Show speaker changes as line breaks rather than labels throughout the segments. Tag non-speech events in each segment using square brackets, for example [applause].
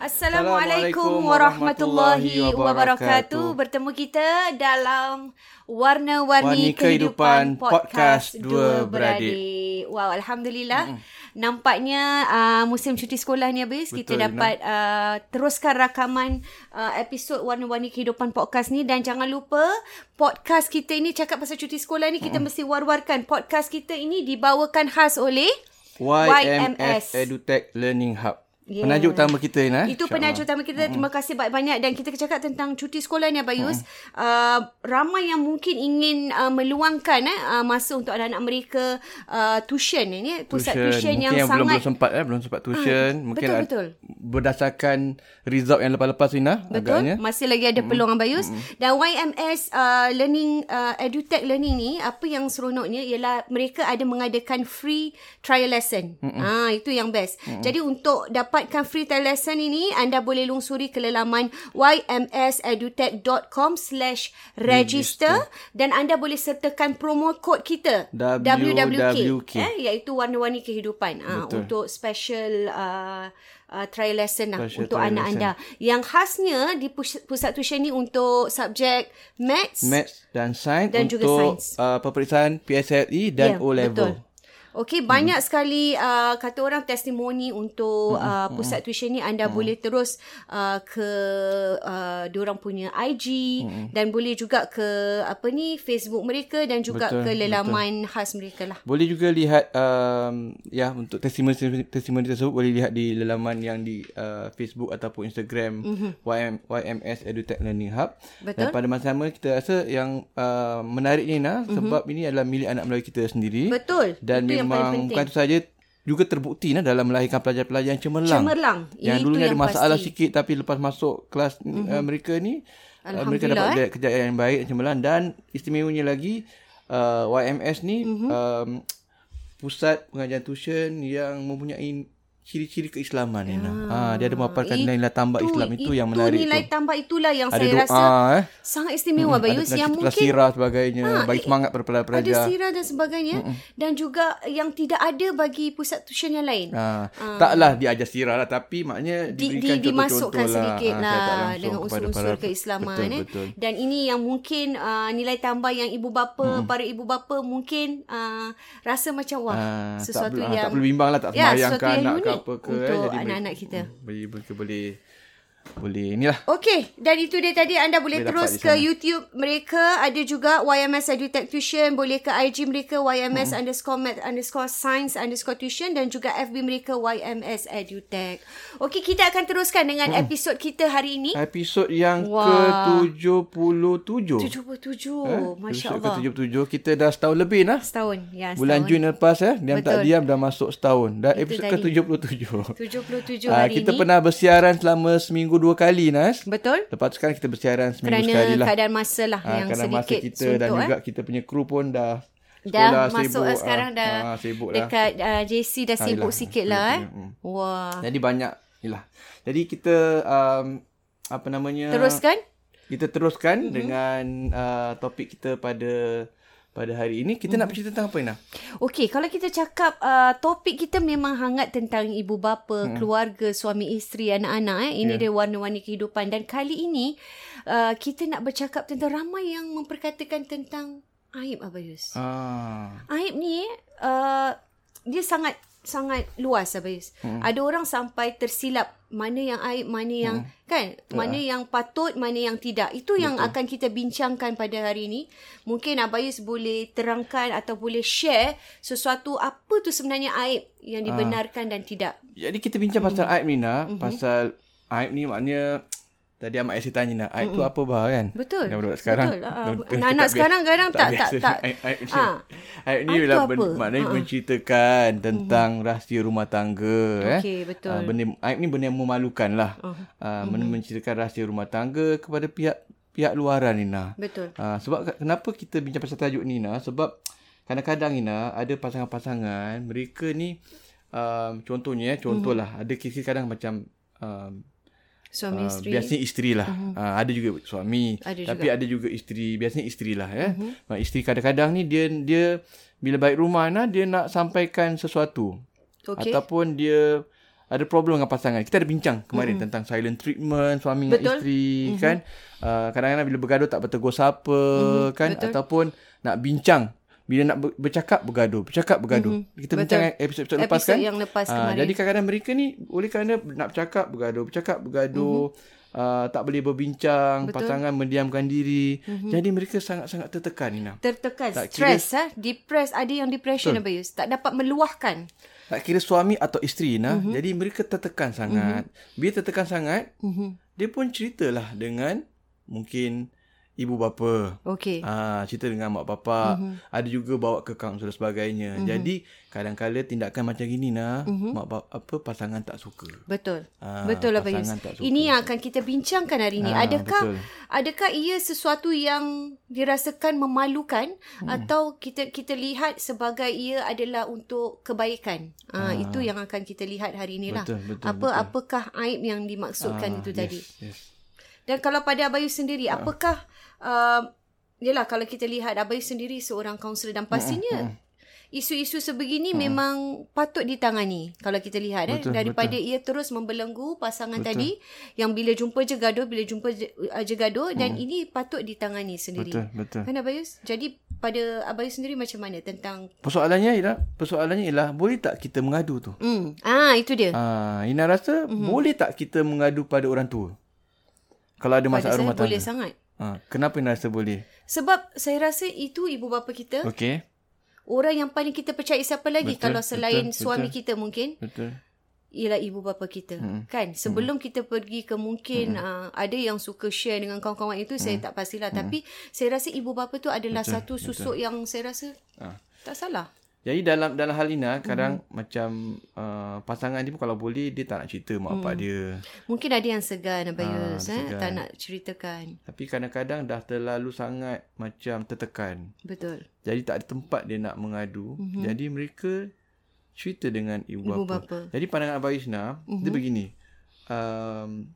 Assalamualaikum warahmatullahi wabarakatuh. Bertemu kita dalam Warna-Warni
Warni Kehidupan
Kehidupan Podcast
Podcast
Dua
Dua Beradik.
Beradik. Wow, Alhamdulillah. Nampaknya uh, musim cuti sekolah ni habis. kita
Betul,
dapat uh, teruskan rakaman uh, episod Warna-Warni Kehidupan Podcast ni. Dan jangan lupa podcast kita ini cakap pasal cuti sekolah ni. Kita mesti war-warkan. Podcast kita ini dibawakan khas oleh...
YMS EduTech Learning Hub.
Yeah.
Yeah. Penajuk utama kita ni. eh?
Itu
InsyaAllah.
penaja utama kita. Terima kasih banyak-banyak dan kita cakap tentang cuti sekolah ni
Mm.
Abayus. Uh, ramai yang mungkin ingin uh, meluangkan eh, uh, masa untuk anak-anak mereka uh, tuition ini, pusat tuition,
Mungkin
yang,
yang belum, belum
sangat Ah,
sempat eh, belum sempat tuition. Mungkin
betul,
ad-
betul.
berdasarkan result yang lepas-lepas ni nah,
Betul,
agaknya.
masih lagi ada peluang Abayus. Dan YMS uh, Learning, uh, EduTech Learning ni, apa yang seronoknya ialah mereka ada mengadakan free trial lesson. Ah Itu yang best. Jadi untuk dapatkan free trial lesson ini, anda boleh lungsuri ke lelaman ymsedutech.com slash register dan anda boleh sertakan promo code kita
WWK.
eh, iaitu warna-warni kehidupan ah, untuk special uh, uh, trial lesson lah
Special
untuk
trial
anak
lesson.
anda. Yang khasnya di pus- pusat tuition ni untuk subjek maths,
Maths dan sains
Dan juga
untuk
sains.
Uh, peperiksaan PSLE E dan
Ya, Betul.
O-Level.
Okey, banyak hmm. sekali uh, kata orang testimoni untuk
Hmm,
uh, pusat tuition ni anda hmm. boleh terus uh, ke uh, diorang punya IG hmm. dan boleh juga ke apa ni Facebook mereka dan juga
Betul,
ke lelaman betul. khas mereka lah.
Boleh juga lihat um, ya untuk testimoni testimoni tersebut boleh lihat di lelaman yang di uh, Facebook ataupun Instagram mm-hmm. YM, YMS EduTech Learning Hub.
Mhm. Betul.
Dan pada masa sama kita rasa yang uh, menarik ni nah mm-hmm. sebab ini adalah milik anak Melayu kita sendiri.
Mhm. Betul.
Dan
Itu yang paling
memang
penting.
bukan itu saja juga terbukti nah dalam melahirkan pelajar-pelajar yang cemerlang.
Cemerlang.
Yang
Itu
dulunya
yang
ada
pasti.
masalah
Mhm.
sikit tapi lepas masuk kelas mm-hmm. uh, mereka ni uh, mereka
Alhamdulillah,
dapat eh? kejayaan yang baik dan cemerlang dan istimewanya lagi uh, YMS
Mhm.
ni mm-hmm. um, pusat pengajian tuition yang mempunyai ciri-ciri keislaman ya. Ha, dia ada memaparkan nilai-nilai tambah Islam itu, yang menarik
Itu nilai
tu.
tambah itulah yang
Ada
saya
doa
rasa
eh.
sangat istimewa hmm, Bayus yang mungkin
mungkin
Ah,
sirah sebagainya bagi semangat pada
ada
pelajar-pelajar.
sirah dan sebagainya dan juga yang tidak ada bagi pusat tuition yang lain.
Ha, taklah diajar sirah lah tapi
Ah.
maknanya
di,
diberikan
di, dimasukkan
contoh-contoh
sedikit
Ha,
lah,
tak
lah
langsung
dengan
kepada
unsur-unsur
para-
keislaman
betul,
eh.
betul.
dan ini yang mungkin uh, nilai tambah yang ibu bapa hmm. para ibu bapa mungkin uh, rasa macam wah
Ah,
sesuatu
tak, perlu- ah,
yang
tak perlu bimbang lah tak
Ya,
semayang
sesuatu
ke
yang
anak ke
unik
apa ke
untuk
eh, jadi boleh-
anak-anak kita.
boleh boleh boleh boleh inilah
Okey, dan itu dia tadi anda boleh
Boleh
terus
dapat di
ke
sana.
YouTube mereka, ada juga YMS Edutech Tuition, boleh ke IG mereka YMS hmm. underscore math underscore science underscore tuition dan juga FB mereka YMS Edutech. Okey, kita akan teruskan dengan hmm. episod kita hari ini.
episod yang
Wah.
ke-77
77,
Eh,
Masya
episod
Allah.
ke-77 kita dah setahun lebih nah
Setahun, ya setahun.
bulan Jun yang lepas eh diam tak
Betul.
diam dah masuk setahun dah episod
tadi.
ke-77
77
Ah,
hari
kita
ini.
pernah bersiaran selama seminggu dua kali Nas
Betul?
lepas tu sekarang kita bersiaran seminggu
Kerana
sekali lah
keadaan masa lah
Ah,
yang
kerana masa
sedikit
kita
suntuk
dan
eh.
juga kita punya kru pun dah
Dah
sekolah,
masuk
sibuk,
sibuk, sekarang
ah,
dah
ah, sibuk lah.
dekat uh, JC dah sibuk
yelah,
sikit
boleh
lah eh.
tengok, mm.
Wah.
Jadi banyak Yalah. Jadi kita um, apa namanya
Teruskan? Mhm.
kita teruskan mm-hmm. dengan uh, topik kita pada pada hari ini.
Mhm.
Kita nak bercerita tentang apa Ina?
Okey, kalau kita cakap uh, topik kita memang hangat tentang ibu bapa, hmm. keluarga, suami isteri, anak-anak eh. Ini yeah. dia warna-warni kehidupan dan kali ini uh, kita nak bercakap tentang ramai yang memperkatakan tentang aib Abah Yus.
Ah.
Aib ni uh, dia sangat sangat luas Abayus. Hmm. Ada orang sampai tersilap mana yang aib, mana yang hmm. kan, mana yang patut, mana yang tidak. Itu yang Betul. akan kita bincangkan pada hari ini. Mungkin Abayus boleh terangkan atau boleh share sesuatu apa tu sebenarnya aib yang dibenarkan dan tidak.
Jadi kita
Mhm.
bincang pasal aib ni Ina, pasal aib ni maknanya Tadi Ahmad Yasir tanya nak Aib tu apa bah kan
Mhm. Betul.
Yang budak sekarang
Betul. Ah,
Betul.
anak-anak sekarang kadang tak- tak-
biasa
tak-
Aib, aib, ni.
Ah.
aib ni
Aib tu
ialah ben,
apa? Ah. Mhm.
Maknanya menceritakan Tentang rahsia rumah tangga
Okey,
eh.
betul. Oh,
Ah, benda, Aib ni benda yang memalukan lah
Ah.
uh
Mhm.
Menceritakan rahsia rumah tangga Kepada pihak Pihak luaran Nina
Betul.
Ah, sebab ke- kenapa kita bincang pasal tajuk ni Ina? Sebab kadang-kadang Ina ada pasangan-pasangan mereka ni um, contohnya eh, contohlah ada kes kadang macam um,
Mhm. Suami
uh,
isteri. Mhm.
biasanya isteri lah. Uh, ada juga suami
Ada Mhm.
tapi ada juga isteri biasanya isteri lah ya. Uh-huh. Isteri kadang-kadang ni dia dia bila balik rumah Ina dia nak sampaikan sesuatu
Okey.
ataupun dia ada problem dengan pasangan. Kita ada bincang kemarin mm. tentang silent treatment suami dengan
Betul.
isteri mm-hmm. kan. Uh, kadang-kadang bila bergaduh tak bertegur siapa mm-hmm. kan Betul. ataupun nak bincang bila nak ber- bercakap bergaduh, bercakap bergaduh. Mm-hmm. Kita
Betul.
bincang episod-episod
Episod
lepas kan.
yang lepas
Ah,
kemarin.
jadi kadang-kadang mereka ni oleh kerana nak bercakap bergaduh, bercakap bergaduh, mm-hmm. uh, tak boleh berbincang, Betul. pasangan mendiamkan diri. Mm-hmm. Jadi mereka sangat-sangat tertekan Ina.
Tertekan,
Tak kira-
stres, ha? depressed, ada yang depression Abayus. Tak dapat meluahkan.
Tak kira suami atau isteri nah. Mm-hmm. Jadi mereka tertekan sangat. Mm-hmm. Bila tertekan sangat, mm-hmm.
Mhm.
dia pun ceritalah dengan mungkin ibu bapa.
Okey. Mhm.
Ah, cerita dengan mak bapak. Mm-hmm. Ada juga bawa ke kaunselor sebagainya. Mm-hmm. Jadi kadang-kala tindakan macam gini nah, mm-hmm. mak bapa apa pasangan tak suka.
Betul.
Ah,
Mhm. betul lah Bayus.
pasangan tak suka.
Ini yang akan kita bincangkan hari ini.
Ah,
adakah
betul.
adakah ia sesuatu yang dirasakan memalukan
Hmm.
atau kita kita lihat sebagai ia adalah untuk kebaikan? Ah, itu yang akan kita lihat hari inilah.
Betul, betul,
Apa
betul. Ah,
apakah aib yang dimaksudkan itu
yes,
tadi?
Yes.
Dan kalau pada Abayu
Ah.
sendiri, apakah uh, Yelah kalau kita lihat Abayu sendiri seorang kaunselor dan pastinya isu-isu sebegini memang patut ditangani kalau kita lihat eh
Betul,
daripada ia terus membelenggu pasangan betul. tadi yang bila jumpa je gaduh bila jumpa je, uh, je gaduh dan ini patut ditangani sendiri.
Betul, betul.
Kan Abayus? Jadi pada Abayus sendiri macam mana tentang
Persoalannya ialah persoalannya ialah boleh tak kita mengadu tu?
Hmm. Ah itu dia.
Ah, Ina rasa
Mhm.
mm-hmm. boleh tak kita mengadu pada orang tua? Kalau ada
Pada
masalah
saya
rumah tangga.
boleh sangat.
Ha, kenapa Ina rasa boleh?
Sebab saya rasa itu ibu bapa kita
Okey.
Orang yang paling kita percaya siapa lagi
Betul,
betul, kalau selain
betul,
betul, suami
betul.
betul. kita mungkin
Betul.
ialah ibu bapa kita hmm. kan sebelum hmm. kita pergi ke mungkin hmm. uh, ada yang suka share dengan kawan-kawan itu hmm. saya tak pastilah hmm. tapi saya rasa ibu bapa tu adalah betul, satu susuk betul. yang saya rasa
Ah.
tak salah
Jadi dalam dalam hal Ina kadang macam uh, pasangan dia pun kalau boleh dia tak nak cerita mak bapak dia.
mungkin ada yang segan Abayus ha,
ada
eh
segan.
tak nak ceritakan
Tapi kadang-kadang dah terlalu sangat macam tertekan.
betul
Jadi tak ada tempat dia nak mengadu. Mm-hmm. Jadi mereka cerita dengan ibu,
Ibu
bapa.
bapa.
Jadi pandangan Abang Isna mm-hmm. dia begini. Um,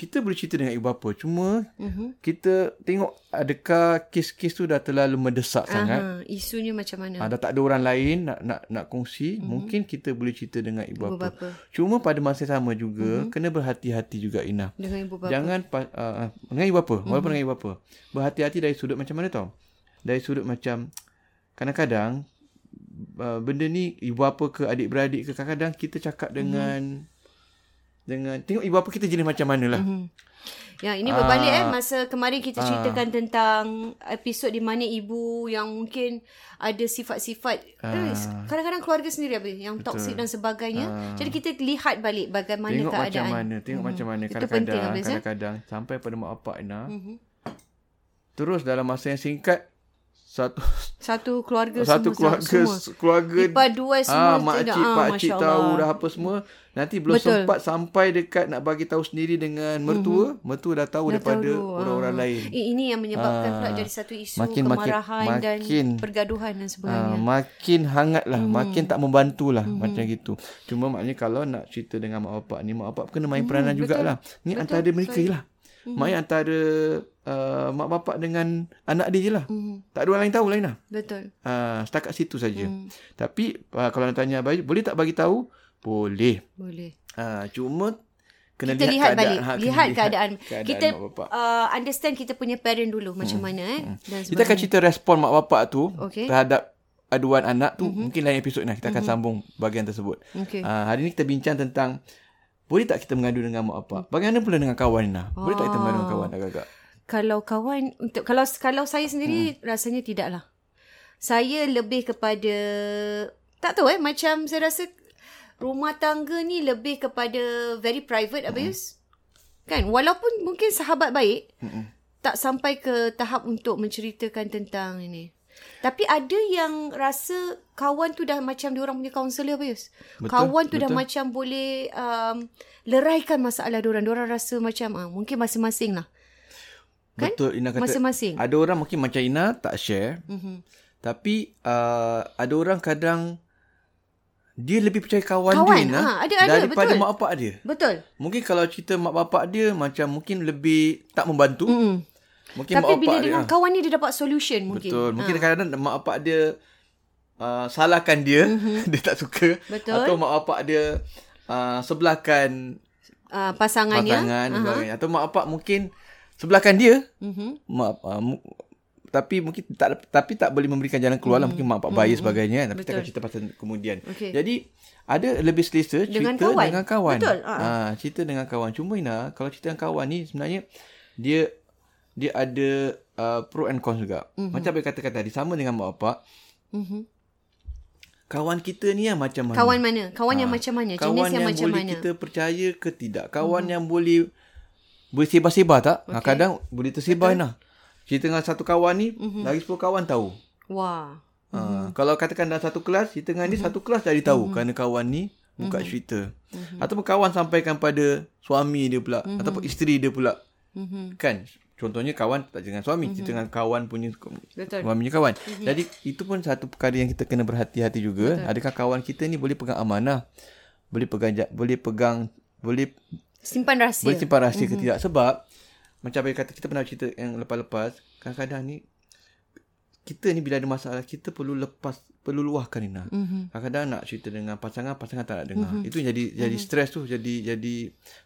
kita boleh cerita dengan ibu bapa. Cuma
Mhm.
mm-hmm. kita tengok adakah kes-kes tu dah terlalu mendesak uh-huh. sangat.
ha, isunya macam mana
Ha, dah tak ada orang lain nak nak nak kongsi, mm-hmm. mungkin kita boleh cerita dengan ibu,
Ibu
bapa.
bapa.
Cuma pada masa yang sama juga
Mhm.
mm-hmm. kena berhati-hati juga Ina.
dengan ibu bapa
Jangan pa, uh, uh, dengan ibu bapa, mm-hmm. walaupun
Mhm.
dengan ibu bapa. Berhati-hati dari sudut macam mana tau? Dari sudut macam kadang-kadang uh, benda ni ibu bapa ke adik-beradik ke kadang-kadang kita
Mhm.
cakap dengan mm-hmm. dengan tengok ibu bapa kita jenis macam manalah.
Mhm.
Mm-hmm.
Ya, ini berbalik
Ah.
eh masa kemarin kita ceritakan tentang episod di mana ibu yang mungkin ada sifat-sifat
Ah.
eh, kadang-kadang keluarga sendiri apa yang toksik dan sebagainya. Jadi kita lihat balik bagaimana
Ah. Tengok macam
keadaan. Hmm.
mana, tengok macam mana
Itu penting, Mhm.
kadang-kadang
Abis, eh?
kadang-kadang sampai pada mak bapak Ina. Mm-hmm. Terus dalam masa yang singkat satu
Satu keluarga
satu
semua
keluarga keluarga
Ipar dua semua
mak
sudah.
cik
Ah,
pak
Masya
cik
Allah.
tahu dah apa semua nanti belum
Betul.
sempat sampai dekat nak bagi tahu sendiri dengan mertua mm-hmm. mertua dah tahu dah daripada
Mhm. Tahu, ah.
orang-orang lain
Eh, ini yang menyebabkan
Ah.
pula jadi satu isu
Makin- makin-
kemarahan dan
makin-
pergaduhan dan
Ah,
sebagainya.
makin hangat lah
Mhm.
hmm. Makin tak membantu lah hmm. Macam gitu
Mhm,
Cuma maknanya kalau nak cerita dengan mak bapak ni Mak bapak kena main peranan jugalah Ni antara mereka lah Mm-hmm. Maknanya antara uh, mak bapak dengan anak dia je lah.
Mhm.
Mm-hmm. Tak ada orang lain tahu lain lah.
Hmm, Betul.
Uh, setakat situ saja.
Mhm.
Mm. Tapi uh, kalau nak tanya Abah, boleh tak bagi tahu? Boleh.
Boleh.
Uh, cuma kena
kita lihat,
keadaan.
balik
Ha, kena
lihat keadaan, kita
mak bapak. Hmm.
uh, understand kita punya parent dulu macam mana eh dan
Kita akan
sebagainya.
cerita respon mak bapak tu
Okey. Mhm.
terhadap aduan anak tu mm-hmm. mungkin lain episod lah kita akan mm-hmm. sambung bahagian tersebut.
Okey.
Uh, hari ni kita bincang tentang boleh tak kita mengadu dengan mak bapak? Bagaimana pula dengan kawan Nah? Boleh tak kita mengadu dengan
Ah.
kawan agak-agak?
Kalau kawan untuk kalau kalau saya sendiri hmm. rasanya tidaklah. Saya lebih kepada tak tahu eh macam saya rasa rumah tangga ni lebih kepada very private hmm. abis. Kan walaupun mungkin sahabat baik hmm. tak sampai ke tahap untuk menceritakan tentang ini. Tapi ada yang rasa kawan tu dah macam diorang punya kaunselor abis.
Betul,
Kawan tu dah
betul.
macam boleh um, leraikan masalah diorang. Diorang rasa macam ah, mungkin masing-masing lah. Kan?
Betul Ina kata.
Masing-masing. Mhm.
Ada orang mungkin macam Ina tak share. Mm-hmm. Tapi uh, ada orang kadang dia lebih percaya kawan,
Kawan,
dia Ina
ha, ada, ada,
daripada
betul.
mak bapak dia.
Betul.
Mungkin kalau cerita mak bapak dia macam mungkin lebih tak membantu. Mm-hmm. Mungkin
Tapi
mak bapak
bila
dia
dengan
ah,
kawan ni dia dapat solution mungkin. Ah.
Betul. Mungkin kadang-kadang mak bapak dia uh, salahkan dia, mm-hmm. [laughs] dia tak suka
Betul.
atau mak bapak dia uh, sebelahkan
Uh, pasangannya.
pasangan dan sebagainya. atau mak bapak mungkin sebelahkan dia.
Mhm.
Mm-hmm. Mak uh, mu, tapi mungkin tak tapi tak boleh memberikan jalan keluar lah
Hmm.
mungkin mak bapak bayi sebagainya kan. tapi kita akan cerita pasal kemudian.
Okey.
Jadi ada lebih selesa cerita
Dengan kawan.
dengan kawan. Dengan kawan.
Betul,
Ha.
ha.
cerita dengan kawan. Cuma Ina kalau cerita dengan kawan ni sebenarnya dia dia ada uh, pro and cons juga. Mm-hmm. Macam apa yang katakan tadi sama dengan mak bapak.
Mhm.
Kawan kita ni yang macam mana?
Kawan mana? Kawan yang macam mana? Jenis
Ah. kawan
yang, macam
boleh
mana?
kita percaya ke tidak kawan hmm. yang boleh boleh sebar-sebar tak okay. ha,
Okey.
kadang boleh tersebar nah cerita dengan satu kawan ni
Mhm.
mm-hmm. lagi 10 kawan tahu
Wah.
ha,
Mhm.
kalau katakan dalam satu kelas cerita dengan mm-hmm. dia satu kelas dari tahu mm-hmm. kerana kawan ni buka
Mhm.
mm-hmm. cerita mm-hmm. ataupun kawan sampaikan pada suami dia pula
Mhm.
mm-hmm. ataupun isteri dia pula mm-hmm. kan contohnya kawan tak dengan suami mm-hmm.
Mhm.
cerita dengan kawan punya
Betul.
suami punya kawan mm-hmm. jadi itu pun satu perkara yang kita kena berhati-hati juga Betul. adakah kawan kita ni boleh pegang amanah boleh pegang ja- boleh pegang boleh
Simpan rahsia.
boleh simpan rahsia mm-hmm. ke tidak sebab macam apa yang kata kita pernah cerita yang lepas-lepas kadang-kadang ni kita ni bila ada masalah kita perlu lepas perlu luahkan Ina.
Mhm.
Mm-hmm. Kadang-kadang nak cerita dengan pasangan pasangan tak nak dengar. Mm-hmm. Itu jadi jadi stres tu jadi jadi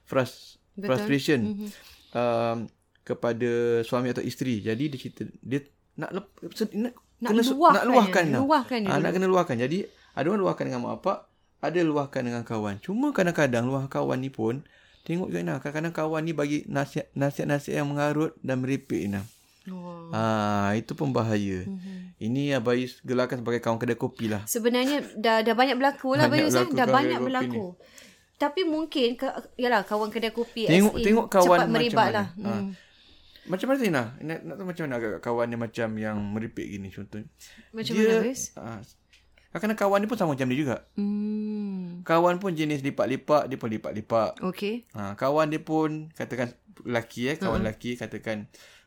frust,
Mhm. Betul. Mhm.
frustration mm-hmm. um, kepada suami atau isteri. Jadi dia cerita dia nak lep, se- nak,
Nak
kena su-
luahkan
nak luahkan
dia,
Ina.
luahkan dia
Ah, nak
dulu.
kena luahkan. Jadi ada orang luahkan dengan mak bapak, ada luahkan dengan kawan. Cuma kadang-kadang luah kawan ni pun tengok juga Ina. Kadang-kadang kawan ni bagi nasihat nasihat-nasihat yang mengarut dan merepek Ina.
Wah.
Ah, itu pun bahaya. Mm-hmm.
Mhm.
Ini Abayus gelarkan sebagai kawan kedai kopi lah.
Sebenarnya dah dah banyak berlaku lah Bayus
Banyak
eh.
berlaku
Dah
kawan
banyak
kedai kopi
berlaku. Tapi mungkin ke, yalah kawan kedai kopi
Tengok
as in,
tengok kawan
cepat
macam
merebak
mana.
lah.
Ha. Macam mana Tina? Nak, nak tahu macam mana agak kawan dia macam yang meripik gini contohnya.
Macam
dia,
mana, Bayus?
Ah, kadang kawan dia pun sama macam dia juga.
Hmm.
Kawan pun jenis lipat-lipat, dia pun lipat-lipat.
Okay.
Ha, kawan dia pun katakan lelaki eh,
Mhm.
kawan lelaki katakan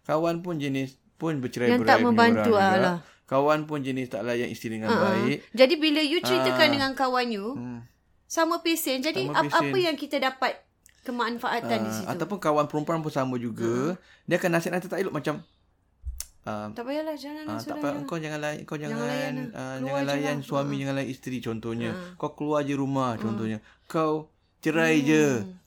kawan pun jenis pun bercerai-berai
Yang tak
punya
membantu,
orang juga.
alah.
Kawan pun jenis tak layan isteri dengan
Ha.
baik.
Jadi bila you ceritakan dengan kawan you,
Eh. Ah. Hmm.
sama pesen. Jadi
Sama
ap- apa
pesen.
yang kita dapat kemanfaatan di
Ah,
situ? Hmm.
Ataupun kawan perempuan pun sama juga. Dia akan nasihat-nasihat tak elok macam ah,
Tak payahlah jangan
ah,
uh,
tak apa kau jangan layan kau jangan
Jangan layan
jangan
lah.
layan,
Keluar
jangan
je
layan
lah. Hmm.
suami jangan layan isteri contohnya. Kau keluar je rumah contohnya. Kau cerai je.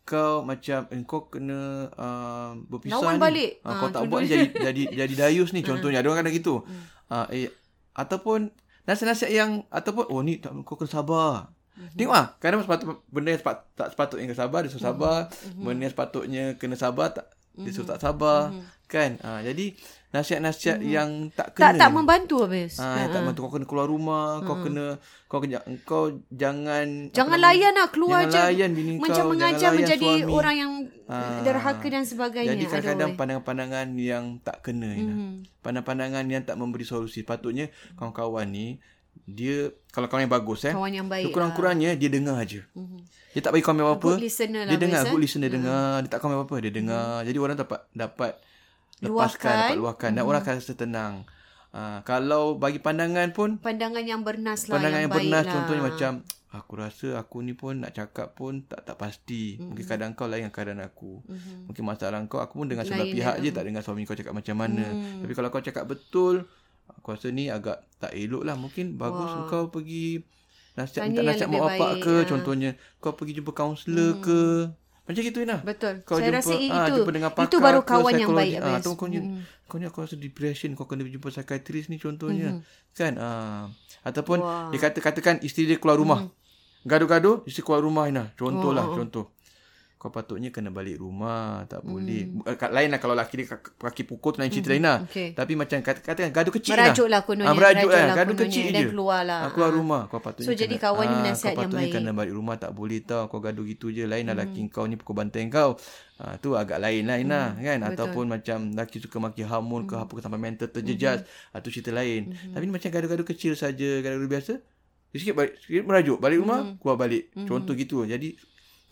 Kau macam eh, kau kena ah, berpisah
Lawan
ni.
balik.
Ah,
Ah,
kau tak buat ni
contohnya.
jadi jadi jadi dayus ni contohnya. Ada orang kadang gitu.
Hmm.
Ah, eh, ataupun nasihat-nasihat yang ataupun oh ni tak, kau kena sabar.
Hmm.
Tengok ah, kadang sepatut benda yang sepat, tak sepatutnya kena sabar, dia suruh sabar.
Hmm.
Benda yang sepatutnya kena sabar tak dia suruh tak sabar. Kan? Ah, jadi nasihat-nasihat yang tak
Hmm. tak
kena.
tak Hmm. membantu habis.
Ah, yang tak membantu kau kena keluar rumah, kau kena kau kena, kau jangan
Jangan
apa nama-
layan lah keluar
jangan
je.
layan bini kau,
Macam
jangan
mengajar
layan
menjadi
suami.
orang yang
Ah.
derhaka dan sebagainya.
Jadi kadang-kadang
Aduh, Mhm.
pandangan-pandangan yang tak kena Ina. Pandangan-pandangan yang tak memberi solusi. Patutnya kawan-kawan ni dia kalau kawan yang bagus eh.
Kawan yang baik lah. Mhm.
Kurang-kurangnya dia dengar aje. Dia tak bagi komen apa-apa.
Good listener lah,
Dia dengar,
Fiz,
good listener dengar, dia tak komen apa-apa, dia dengar. Jadi orang dapat dapat
Mhm.
lepaskan,
Luahkan. Mhm.
dapat luahkan dan orang akan rasa tenang. Ah, kalau bagi pandangan pun
pandangan yang bernas lah.
pandangan yang,
yang,
bernas
baik lah.
contohnya macam aku rasa aku ni pun nak cakap pun tak tak pasti. Mm-hmm. Mungkin keadaan kau lain dengan keadaan aku. Mm-hmm. Mungkin masalah kau aku pun dengan sebelah
Lain
pihak je tak dengan suami kau cakap macam mana. Mm. Tapi kalau kau cakap betul, aku rasa ni agak tak elok lah. Mungkin bagus wow. kau pergi
Tanya
nasihat minta
yang
nasihat
lebih
mak bapak
baik, Mm-hmm.
ke
ha.
contohnya. Kau pergi jumpa kaunselor mm. ke. Macam gitu Ina.
Betul.
Kau
Saya
jumpa,
rasa i-
ah,
itu-
jumpa dengan
itu
pakar
baru
ke
kawan yang
psikologi.
baik,
Ah,
Abis. Hmm.
atau kau, ni- kau ni aku rasa depression kau kena jumpa psikiatris ni contohnya. Kan? Ah. Ataupun
Hmm. Wah. Hmm.
dia kata katakan isteri dia keluar rumah. Gaduh-gaduh isteri keluar rumah Ina. Contohlah oh. contoh. Kau patutnya kena balik rumah, tak boleh.
Hmm.
Eh, Kat lain lah kalau laki dia kaki kaki pukul tu lain cerita lain lah.
Okey.
Tapi macam kata, katakan gaduh kecil
Hmm. Merajuk lah
lah.
kononnya,
Ah, merajuk,
merajuk
lah.
lah
Gaduh
kononnya.
kecil
Dan
je.
keluar lah.
Ah, keluar
Ah.
rumah. Kau patutnya
So, jadi
kena,
kawan ni
ah,
nasihat
Kau
yang
patutnya
baik. Hmm.
kena balik rumah tak boleh tau. Kau gaduh gitu je. Lain lah laki kau ni pukul bantai kau. Ah, tu agak lain lah Ina. Kan? Ataupun macam laki suka maki hamun
Hmm.
ke apa ke sampai mental terjejas. Ah, tu cerita lain. Tapi ni macam gaduh-gaduh kecil saja. Gaduh-gaduh biasa. Dia sikit, balik, sikit merajuk. Balik rumah,
Hmm.
keluar balik. Contoh gitu. Jadi,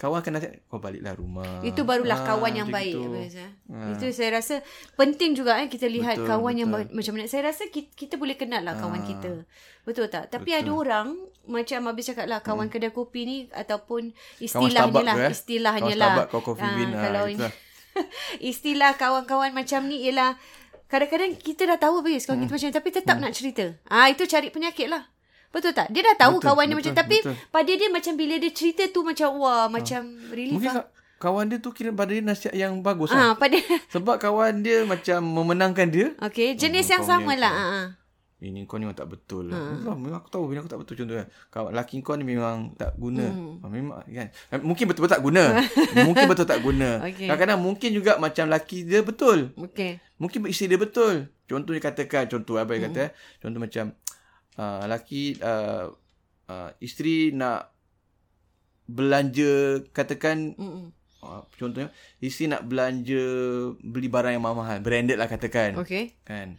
kawan akan nasihat. Kau baliklah rumah.
Itu barulah
Ah,
kawan yang
macam
baik
gitu. Ah.
Abang Azhar. Itu saya rasa penting juga eh kita lihat
Betul,
betul, kawan yang
betul. Ah.
ba- macam mana. Saya rasa kita, kita boleh kenal lah kawan kita. Betul tak? Tapi
Betul. Hmm.
ada orang macam habis cakap lah kawan kedai kopi ni ataupun
Kawan
istilahnya
Starbucks
lah,
tu, eh.
istilahnya
Kawan
lah.
Starbucks, kau Coffee Bean, ah,
kalau ini,
itulah.
[laughs] istilah kawan-kawan macam ni ialah kadang-kadang kita dah tahu habis kawan
Hmm.
kita macam ni tapi tetap nak cerita. Ah itu cari penyakit lah. Betul tak? Dia dah tahu
Betul,
kawan dia
betul,
macam tapi
betul. Ah.
pada dia macam bila dia cerita tu macam wah macam relief
Mungkin
lah.
ka- kawan dia tu kira pada dia nasihat yang bagus
Ah
lah.
pada [laughs]
Sebab kawan dia macam memenangkan dia.
Okey, jenis yang
Hmm, kau
sama
punya
lah.
kau.
Ha.
Ini kau ni memang tak betul lah. Betul lah. Memang aku tahu bila aku tak betul contohnya. Kawan laki kau ni memang tak guna. Hmm. Memang kan. Eh, Mungkin betul-betul tak guna. mungkin betul tak guna.
Okey.
Kadang-kadang mungkin juga macam laki dia betul.
Okey.
Mungkin isteri dia betul. Contohnya katakan, contoh apa dia kata, eh. contoh macam uh, laki uh, uh, isteri nak belanja katakan
Mm-mm.
uh, contohnya isteri nak belanja beli barang yang mahal-mahal, branded lah katakan.
Okey.
Kan.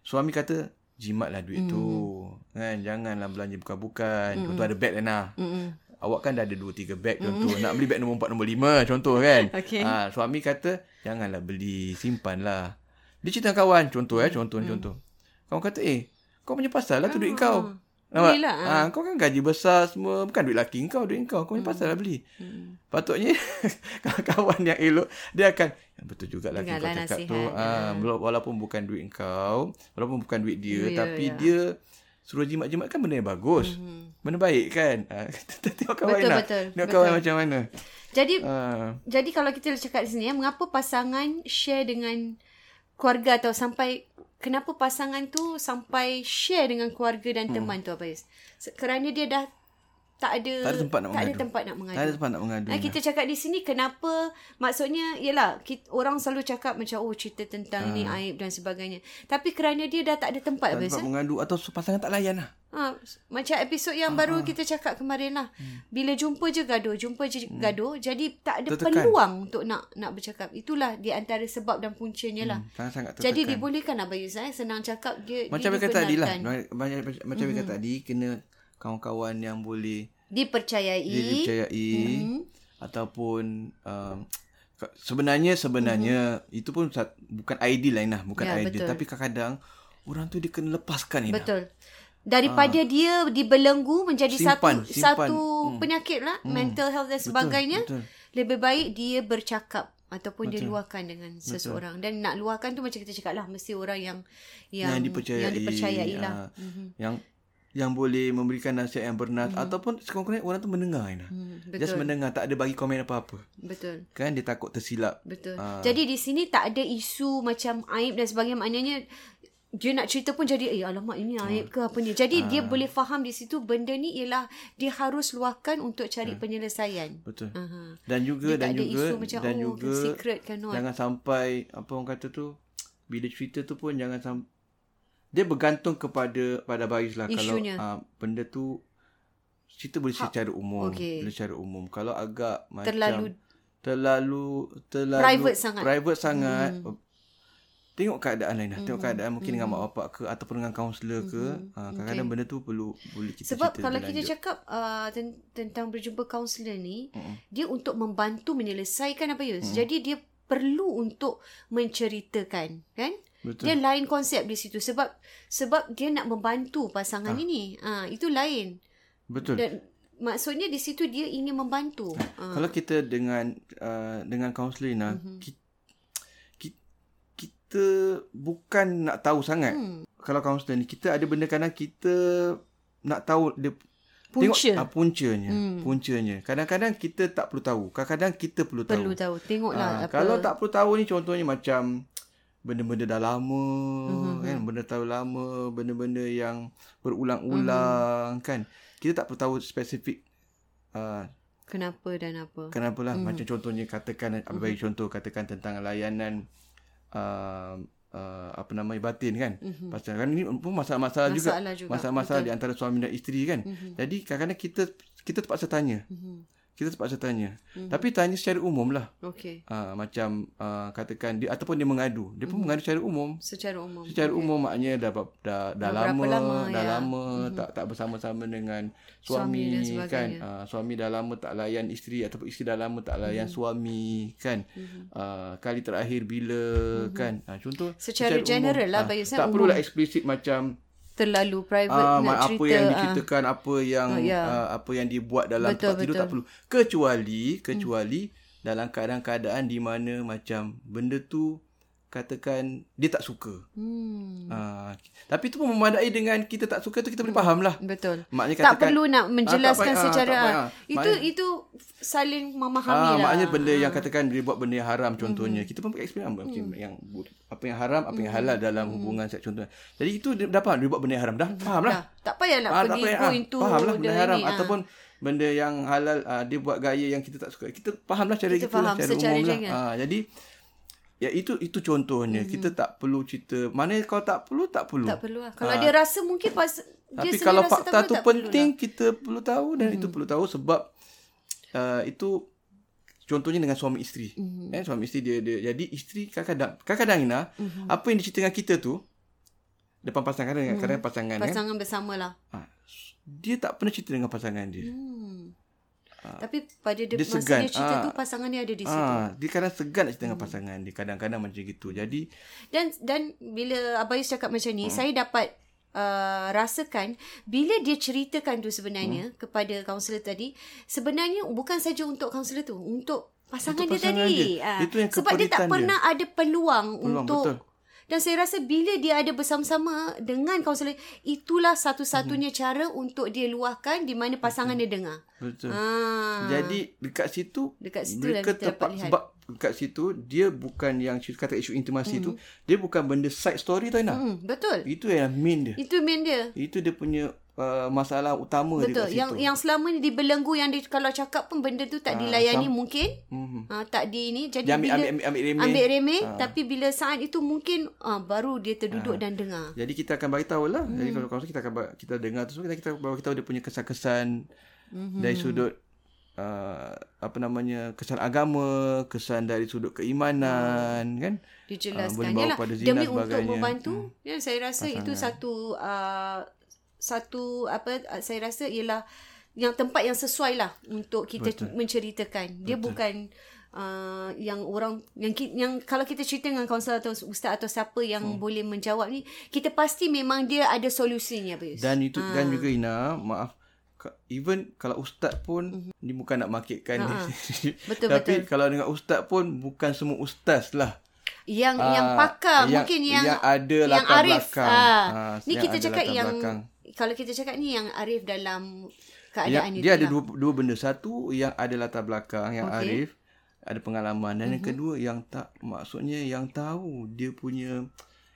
Suami kata jimatlah duit tu. Kan janganlah belanja bukan-bukan. Contoh ada beg Lena.
Mm-mm.
Awak kan dah ada 2 3 beg contoh. Nak beli beg nombor 4 nombor 5 contoh kan.
Okey.
Ha, suami kata janganlah beli, simpanlah. Dia cerita dengan kawan contoh eh, contoh contoh. Kawan kata, "Eh, kau punya pasal lah tu duit kau." Nampak?
Belilah,
Ha, kau kan gaji besar semua, bukan duit laki kau, duit kau. Kau punya pasal lah beli.
Mm.
Patutnya [laughs] kawan yang elok dia akan "Ya, betul juga lah kau
Dengarlah
cakap tu.
nasihat,
Ah, wala- walaupun bukan duit kau, walaupun bukan duit dia
Ya,
tapi
ya. Mhm.
dia suruh jimat-jimat kan benda yang bagus. Mm-hmm. Benda baik kan? Ah, [laughs] tengok kawan
Betul,
nak.
betul,
Tengok
betul.
kawan macam
[laughs]
mana.
Jadi
Ah,
jadi kalau kita cakap di sini ya, mengapa pasangan share dengan keluarga atau sampai kenapa pasangan tu sampai share dengan keluarga
Hmm.
dan teman tu apa Yus? Se- Kerana dia dah tak ada
tak ada
tak
tempat nak mengadu.
ada tempat nak mengadu.
Tak ada tempat nak mengadu.
Nah, kita cakap di sini kenapa maksudnya ialah kita, orang selalu cakap macam oh cerita tentang ni aib dan sebagainya. Tapi kerana dia dah tak ada tempat
Ah. tak ada
Abis.
tempat mengadu atau pasangan tak layan lah.
Ha, macam episod
Ah.
yang baru kita cakap kemarin lah.
Hmm.
Bila jumpa je gaduh, jumpa je gaduh, jadi tak ada
Tertekan.
peluang untuk nak nak bercakap. Itulah di antara sebab dan puncanya lah.
Sangat-sangat Hmm.
Jadi
tertekan.
dibolehkan Abang Yus eh? Senang cakap dia
macam
dia
yang kata tadi lah.
dibenarkan. Mhm.
Macam macam- macam yang kata tadi kena kawan-kawan yang boleh
Dipercayai.
dia dipercayai mm-hmm. ataupun um, ka- sebenarnya sebenarnya mm-hmm. itu pun sat- bukan ideal lah Inah bukan
Ya,
ya, ideal
betul.
tapi kadang-kadang orang tu dia kena lepaskan Inah
Betul. Daripada dia dibelenggu menjadi
Ah. Simpan,
satu
simpan. Hmm.
satu penyakit lah, mental health dan sebagainya.
betul.
Lebih baik dia bercakap ataupun betul. dia luahkan dengan seseorang dan nak luahkan tu macam kita cakap lah mesti orang yang yang,
yang dipercayai
yang dipercayai lah.
ah, yang yang boleh memberikan nasihat yang bernas mm-hmm. ataupun sekurang-kurangnya orang tu mendengar Inah
Hmm, betul.
just mendengar tak ada bagi komen apa-apa
Betul.
kan dia takut tersilap
Betul.
Ah.
Jadi di sini tak ada isu macam aib dan sebagainya. Maknanya dia nak cerita pun jadi eh alamak ini aib ke apa ni. Jadi
Ah.
dia boleh faham di situ benda ni ialah dia harus luahkan untuk
Ah.
cari penyelesaian.
betul
Aha.
dan juga
Dia tak
dan
ada
juga
isu macam,
dan
oh,
juga
secret cannot.
jangan sampai apa orang kata tu bila cerita tu pun jangan sampai dia bergantung kepada pada Bayus lah
Isunya.
kalau uh, benda tu cerita boleh secara umum
Okey.
boleh secara umum kalau agak macam
Terlalu-
terlalu terlalu
Private sangat. Hmm.
private sangat tengok keadaan lain lah tengok keadaan mungkin dengan mak bapak ke ataupun dengan kaunselor ke Ah, kadang-kadang benda tu perlu boleh kita
Hmm. Sebab
cerita
kalau
lebih
kita
lanjut.
cakap uh, ten- tentang berjumpa kaunselor ni, mm-hmm. dia untuk membantu menyelesaikan apa Yus. Mm-hmm. Jadi dia perlu untuk menceritakan, kan?
Betul.
Dia lain konsep di situ sebab sebab dia nak membantu pasangan ini. Ah, itu Ah, lain.
betul
Dan maksudnya di situ dia ingin membantu. Ah,
Ha. Kalau kita dengan uh, dengan kaunselor Ina, mm-hmm. kita, kita bukan nak tahu sangat. Hmm. Kalau kaunselor ni kita ada benda kadang kita nak tahu dia
Punca.
Tengok, ah, puncanya, hmm. puncanya. Kadang-kadang kita tak perlu tahu. Kadang-kadang kita perlu tahu.
Perlu tahu. Tengoklah
Ah,
apa.
kalau tak perlu tahu ni contohnya macam benda-benda dah lama mm-hmm. kan benda tahu lama benda-benda yang berulang-ulang mm-hmm. kan kita tak perlu tahu spesifik uh,
kenapa dan apa.
kenapa lah mm-hmm. macam contohnya katakan mm-hmm. bagi contoh katakan tentang layanan uh, uh, apa nama batin kan mm-hmm. pasal kan ini pun masalah-masalah
Mhm. Mm.
juga
Masalah juga, Mm.
masalah-masalah di antara suami dan isteri kan mm-hmm. jadi kadang-kadang kita kita terpaksa tanya
Mhm.
kita terpaksa tanya mm-hmm. tapi tanya secara umum lah
Okey.
uh, macam uh, katakan dia ataupun dia mengadu dia pun mm. mengadu secara umum
Secara umum.
secara umum maknanya dah dah dah, dah
Dah
lama,
berapa lama,
dah
ya.
lama mm-hmm. tak tak bersama-sama dengan
Suami
suami,
dan
suami kan
sebagainya.
uh, suami dah lama tak layan isteri ataupun isteri dah lama tak layan mm-hmm. suami kan mm-hmm. uh, kali terakhir bila mm-hmm. kan uh, contoh
Secara general lah,
Ah,
bagi saya umum.
tak perlulah eksplisit macam
Terlalu private
Ah,
nak
mak-
cerita.
apa yang
ah.
diceritakan apa yang
Oh, ya.
ah, apa yang dibuat dalam
Betul, Mm.
tempat tidur tak perlu kecuali kecuali dalam keadaan-keadaan di mana macam benda tu katakan dia tak suka.
Hmm.
Ah, tapi tu pun memadai dengan kita tak suka tu kita boleh faham lah.
Betul.
Maknanya
tak
katakan-
perlu nak menjelaskan
Ah, tak payah,
secara
ah, tak payah.
itu
Maknanya-
itu saling memahami
Ah,
lah. Hmm.
maknanya benda yang katakan dia buat benda yang haram contohnya. Kita pun pakai experience macam yang bu- apa yang haram, apa yang halal dalam hubungan seks contohnya. Jadi itu dia dah faham dia buat benda yang haram dah. Faham lah.
Hmm. Dah. Tak payah nak
Ah, tak
pergi
payah,
go
ah.
into
Faham lah benda
the
haram
ini, ah.
ataupun benda yang halal ah, dia buat gaya yang kita tak suka. Kita faham lah cara
Kita
itu lah,
faham
cara
secara
umum lah.
general.
Ah, jadi ya itu itu contohnya. Kita tak perlu cerita. Mana kalau tak perlu tak perlu.
Hmm. tak perlu lah. Kalau dia rasa mungkin pas dia
Ah. Tapi
sendiri
kalau
rasa tak
fakta tu
perlu, lah. tak perlu Hmm.
penting kita perlu tahu dan itu perlu tahu sebab uh, itu contohnya dengan suami isteri.
Hmm.
Mm-hmm. Eh suami isteri dia dia jadi isteri kadang-kadang kadang-kadang Ina
Hmm.
mm-hmm. apa yang diceritakan kita tu depan pasangan dengan mm-hmm. kadang pasangan,
lah.
pasangan.
pasangan bersama lah.
Kan? Ah, dia tak pernah cerita dengan pasangan dia.
Hmm. Tapi pada dia,
Ah. Dia
masa
segan.
dia cerita
Ah.
tu pasangan dia ada di situ. Hmm.
Ah, dia kadang segan nak cerita dengan pasangan dia. Kadang-kadang macam gitu. Jadi
Dan dan bila Abayus cakap macam ni, hmm. saya dapat uh, rasakan bila dia ceritakan tu sebenarnya hmm. kepada kaunselor tadi, sebenarnya bukan saja untuk kaunselor tu, untuk pasangan,
Untuk
untuk
pasangan
pasangan dia tadi.
dia.
Ah,
Itu yang
sebab dia tak
kepedulian
pernah ada peluang,
Peluang,
untuk
betul.
Dan saya rasa bila dia ada bersama-sama dengan kaunselor, itulah satu-satunya hmm. cara untuk dia luahkan di mana pasangan dia dengar.
betul.
Ah.
Jadi dekat situ
Dekat situ
mereka
lah kita dapat
tepat
lihat.
sebab dekat situ dia bukan yang kata isu intimasi tu dia bukan benda side story tau Ina.
Hmm, betul.
Itu yang main dia.
Itu main dia.
Itu dia punya uh, masalah utama dia
Betul.
kat situ.
Yang yang selama ni dibelenggu yang dia kalau cakap pun benda tu tak dilayani
sam-
mungkin.
Mhm.
Ha, tak di ni. Jadi
Dia ambil-
bila
ambil- ambil- ambil remeh. Ah.
Ambil remeh tapi bila saat itu mungkin ha, baru dia terduduk dan dengar.
Jadi kita akan bagi tahu lah.
Hmm.
Jadi kalau kawasan kita akan ba- kita dengar tu semua kita kita bagi tahu dia punya kesan-kesan
Mhm.
mm-hmm. dari sudut uh, apa namanya kesan agama, kesan dari sudut keimanan kan. Ah,
Hmm. Dijelaskan
boleh bawa
Yalah,
pada zina
demi untuk
sebagainya. Hmm.
membantu. Ya saya rasa itu satu uh, satu apa ah, saya rasa ialah yang tempat yang sesuai lah untuk kita Betul. menceritakan. Dia Betul. bukan Uh, yang orang yang ki- yang kalau kita cerita dengan kaunselor atau ustaz atau siapa yang hmm. boleh menjawab ni kita pasti memang dia ada solusinya Bayus.
Dan itu
Ah.
dan juga Ina, maaf ka- even kalau ustaz pun mm-hmm. ni bukan nak marketkan [laughs]
Mhm.
ni.
Ah, Betul,
Tapi
betul.
kalau dengan ustaz pun bukan semua ustaz lah.
yang
Ah,
yang pakar
yang-
mungkin yang
yang ada
yang
latar
arif.
belakang.
Ah,
Ah,
ni
yang
kita
ada
cakap
latar
yang
belakang.
kalau kita cakap ni yang arif dalam
Dia,
keadaan itu.
dia ada dua, dua benda. Satu yang ada latar belakang, yang okay. arif, ada pengalaman.
Mhm.
Dan mm-hmm. yang kedua yang tak, maksudnya yang tahu dia punya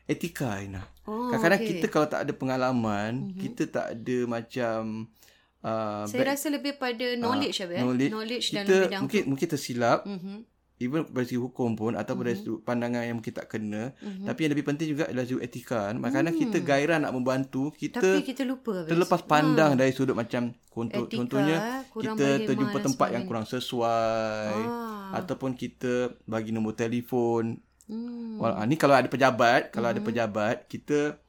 etika Aina.
Oh,
Kadang-kadang
okey. Mhm.
kita kalau tak ada pengalaman, mm-hmm. kita tak ada macam uh,
Saya rasa lebih pada knowledge apa ya.
Ah, knowledge,
knowledge
kita
dalam bidang
mungkin mungkin tersilap.
Mhm.
Even dari segi hukum pun ataupun dari sudut pandangan yang mungkin tak
Mhm.
kena, tapi yang lebih penting juga adalah sudut etika. Maknanya kita gairah nak membantu, kita
Hmm. tapi kita lupa Abis.
terlepas pandang dari sudut macam
Hmm.
contoh,
Etika,
contohnya
kurang
kita
berkhidmat
terjumpa
dan
tempat yang
sebagainya.
kurang sesuai
Ah.
ataupun kita bagi nombor telefon.
Hmm.
Wal- ah, ni kalau ada pejabat, kalau ada pejabat kita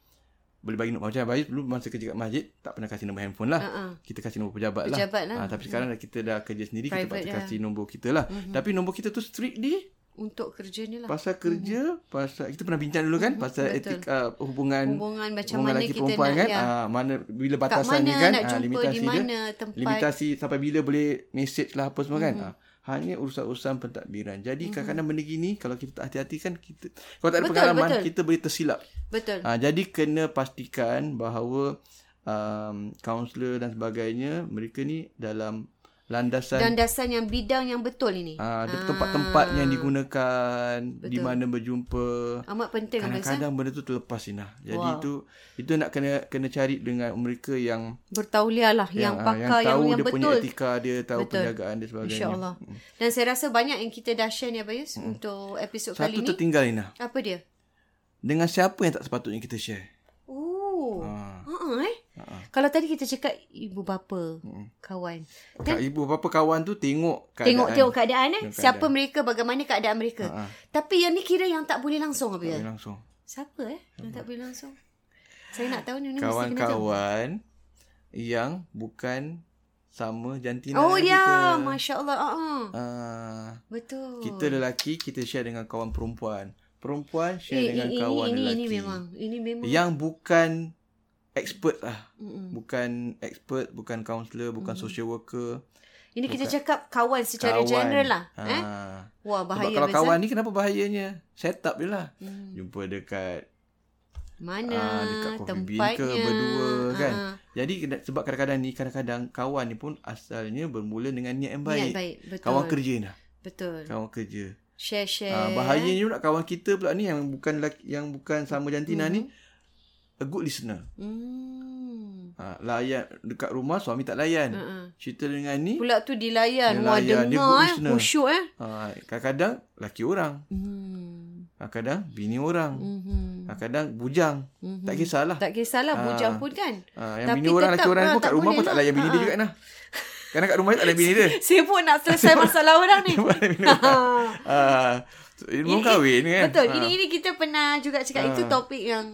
boleh bagi nombor macam Abayus dulu masa kerja kat masjid tak pernah kasih nombor handphone lah.
Ah, ah.
Kita kasih nombor pejabat, Ah,
Pejabat lah.
lah. Ah, tapi sekarang dah kita dah kerja sendiri
Private ya. Hmm.
kita patut
dah.
kasih nombor kita lah. Tapi nombor kita tu strictly
Mhm. untuk kerja ni lah.
Pasal kerja, mm-hmm. pasal kita pernah bincang dulu kan pasal
Hmm. Betul.
etik uh, hubungan
Hubungan macam
hubungan
mana
lelaki
kita
perempuan
nak,
kan.
ya.
Ah, mana bila
Kat
batasannya
mana
kan,
nak
ah,
jumpa, di mana tempat.
limitasi sampai bila boleh message lah apa semua kan. Ah, hanya urusan-urusan pentadbiran. Jadi kadang-kadang benda gini kalau kita tak hati-hati kan kita kalau tak ada
Betul,
pengalaman
betul.
kita boleh tersilap.
Betul.
Ah, jadi kena pastikan bahawa um, kaunselor dan sebagainya mereka ni dalam landasan
Dan dasar yang bidang yang betul ini.
Ah, ada tempat-tempat yang digunakan, di mana berjumpa.
Amat penting Kadang-kadang,
Kadang-kadang benda tu terlepas Ina. Jadi wow. itu itu nak kena kena cari dengan mereka yang
bertauliah lah yang,
ah,
pakar yang,
tahu
yang,
dia punya
betul.
etika, dia tahu betul. penjagaan dia sebagainya.
InsyaAllah.
Hmm.
Dan saya rasa banyak yang kita dah share ni Abayus hmm. untuk episod
Satu
kali ni.
tertinggal Ina.
Apa dia?
Dengan siapa yang tak sepatutnya kita share?
Oh.
Ah.
Ha eh. Kalau tadi kita cakap ibu bapa,
Hmm.
kawan.
Kak ibu bapa kawan tu tengok keadaan. Ha.
Tengok tengok keadaan eh.
Tengok keadaan.
Siapa mereka, bagaimana keadaan mereka.
Ha, ha.
Tapi yang ni kira yang tak boleh langsung
Dia
Abayus.
langsung. Hmm.
Siapa eh? Yang tak boleh langsung. Saya nak tahu ni ni mesti kena tahu.
Kawan-kawan yang bukan sama jantina
Oh
kita.
ya, masya-Allah. Ha ah.
Ah.
Betul.
Kita lelaki kita share dengan kawan perempuan. Perempuan share
Eh,
dengan
ini,
kawan
ini,
lelaki.
Ini memang, ini memang.
Yang bukan expert lah.
Mm-mm.
Bukan expert, bukan
Hmm.
counselor, bukan social worker.
Ini kita cakap kawan secara
kawan.
general lah.
Ha.
Eh? Wah,
Bahaya
bahaya
Sebab kalau
Abang
kawan
Zah.
ni kenapa bahayanya? Set up je lah.
Hmm.
Jumpa dekat
mana
ah, dekat coffee bean
tempatnya
ke berdua kan.
Ah,
Jadi kena- sebab kadang-kadang ni kadang-kadang kawan ni pun asalnya bermula dengan niat yang
baik.
baik.
Niat baik, betul. Eh.
Kawan kerja ni. lah.
Betul.
Kawan kerja.
Share share.
Ah, bahayanya pula kawan kita pula ni yang bukan lelaki, yang bukan sama jantina mm-hmm. ni a good listener.
Hmm.
Ha, layan dekat rumah suami tak layan.
Ha-ha.
Cerita dengan ni
Mm. Pula tu dilayan,
Dia
wah
layan, dia
dengar
good
eh,
listener.
khusyuk eh.
ha, kadang-kadang laki orang,
Hmm.
kadang-kadang bini orang,
Mhm.
kadang-kadang bujang.
Mhm.
Tak kisahlah.
Tak kisahlah bujang
Ah.
pun kan. [laughs]
Ha, yang
Tapi
bini orang laki
tetap
orang
lah,
pun kat
tak
rumah
boleh
pun tak
lah.
layan bini dia
Ha-ha.
juga nah. Kadang kat rumah dia tak layan bini
[laughs]
dia.
Sibuk nak selesai masalah orang
[laughs]
ni.
ha, belum kahwin kan.
Betul.
Ha.
Ini ini kita pernah juga cakap itu topik yang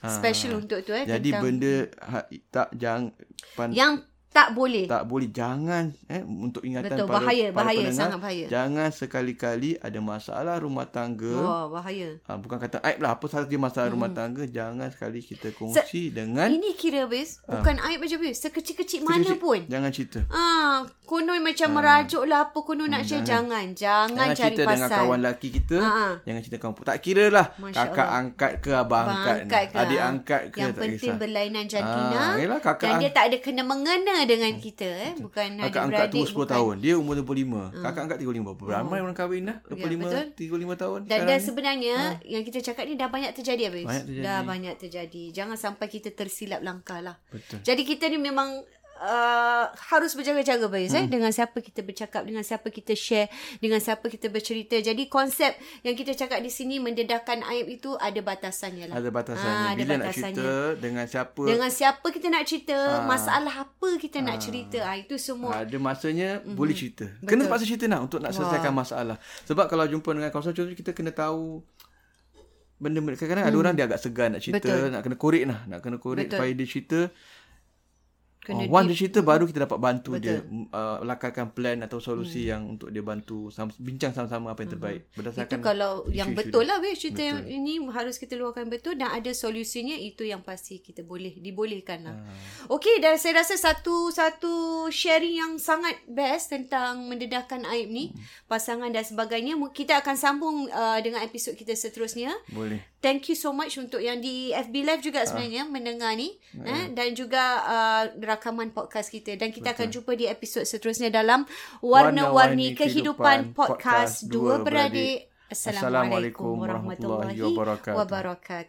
special untuk tu eh
Ah.
Ya.
Jadi
tentang
benda ha, tak jangan pan,
yang tak boleh.
tak boleh jangan eh untuk ingatan
Betul,
para
bahaya,
para
bahaya,
pendengar,
sangat bahaya.
Jangan sekali-kali ada masalah rumah tangga.
Wah, bahaya.
Ha, bukan kata aib lah apa saja masalah hmm. rumah tangga jangan sekali kita kongsi Se- dengan
Ini kira bis
Ah.
bukan aib aja bis sekecil-kecil mana
Kecil-kecil.
pun.
Jangan cerita.
Ah, konon macam merajuk lah apa konon nak share jangan. Jangan,
Hmm. Jangan
cari
cerita dengan
pasal.
kawan lelaki kita.
Ha-ha.
Jangan cerita kawan. Tak kira lah.
Masya
Kakak
Allah.
angkat ke abang
Abang
angkat,
angkat ha.
ke, adik angkat ke
Yang
tak
penting
kisah.
berlainan jantina
Ah, yelah, kakak
Dan dia
ang- Hmm.
tak ada kena mengena dengan kita eh. Bukan
Kakak angkat tu
adik-beradik
10
bukan. Ha. Oh.
tahun. Dia umur 25. Kakak angkat 35. Berapa ramai orang kahwin dah? 25, 35
Ya,
tahun.
Dan,
sekarang
dan
ni.
sebenarnya ha. yang kita cakap ni dah banyak terjadi habis.
Banyak terjadi.
Dah banyak terjadi. Jangan sampai kita tersilap langkah lah.
Betul.
Jadi kita ni memang uh, harus berjaga-jaga Bayus hmm. eh dengan siapa kita bercakap, dengan siapa kita share, dengan siapa kita bercerita. Jadi konsep yang kita cakap di sini mendedahkan aib itu ada batasannya lah.
Ada batasannya.
Ah, ada
Bila nak
batasannya.
cerita dengan siapa.
Dengan siapa kita nak cerita,
Ah.
masalah apa kita nak cerita. Ah itu semua.
Ada masanya
Mhm.
mm-hmm. boleh cerita. Kena terpaksa cerita nak untuk nak selesaikan masalah. Sebab kalau jumpa dengan kawan contoh kita kena tahu benda kadang-kadang ada orang dia agak segan nak cerita,
Mhm. Betul.
nak kena korek lah, nak kena korek
Betul.
supaya dia cerita.
Kena Mhm.
Kena oh, once dia cerita baru kita dapat bantu Betul. dia m- uh, lakarkan plan atau solusi yang untuk dia bantu sama, bincang sama-sama apa yang terbaik berdasarkan
Mhm. Itu kalau yang
isu-isu
betul
dia.
lah weh cerita yang ini harus kita luahkan betul dan ada solusinya itu yang pasti kita boleh dibolehkan lah.
Ah.
Okey dan saya rasa satu satu sharing yang sangat best tentang mendedahkan aib ni
Hmm.
pasangan dan sebagainya Mu- kita akan sambung uh, dengan episod kita seterusnya.
Boleh.
Thank you so much untuk yang di FB Live
Ah.
juga sebenarnya mendengar ni
Ya,
eh, dan juga uh, rakaman podcast kita dan kita Betul. akan jumpa di episod seterusnya dalam Warna-Warni
Warna-Warni
Kehidupan
Kehidupan
Podcast
Podcast
Dua
Dua
Beradik.
Beradik.
Assalamualaikum
Assalamualaikum
warahmatullahi
warahmatullahi wabarakatuh.
wabarakatuh.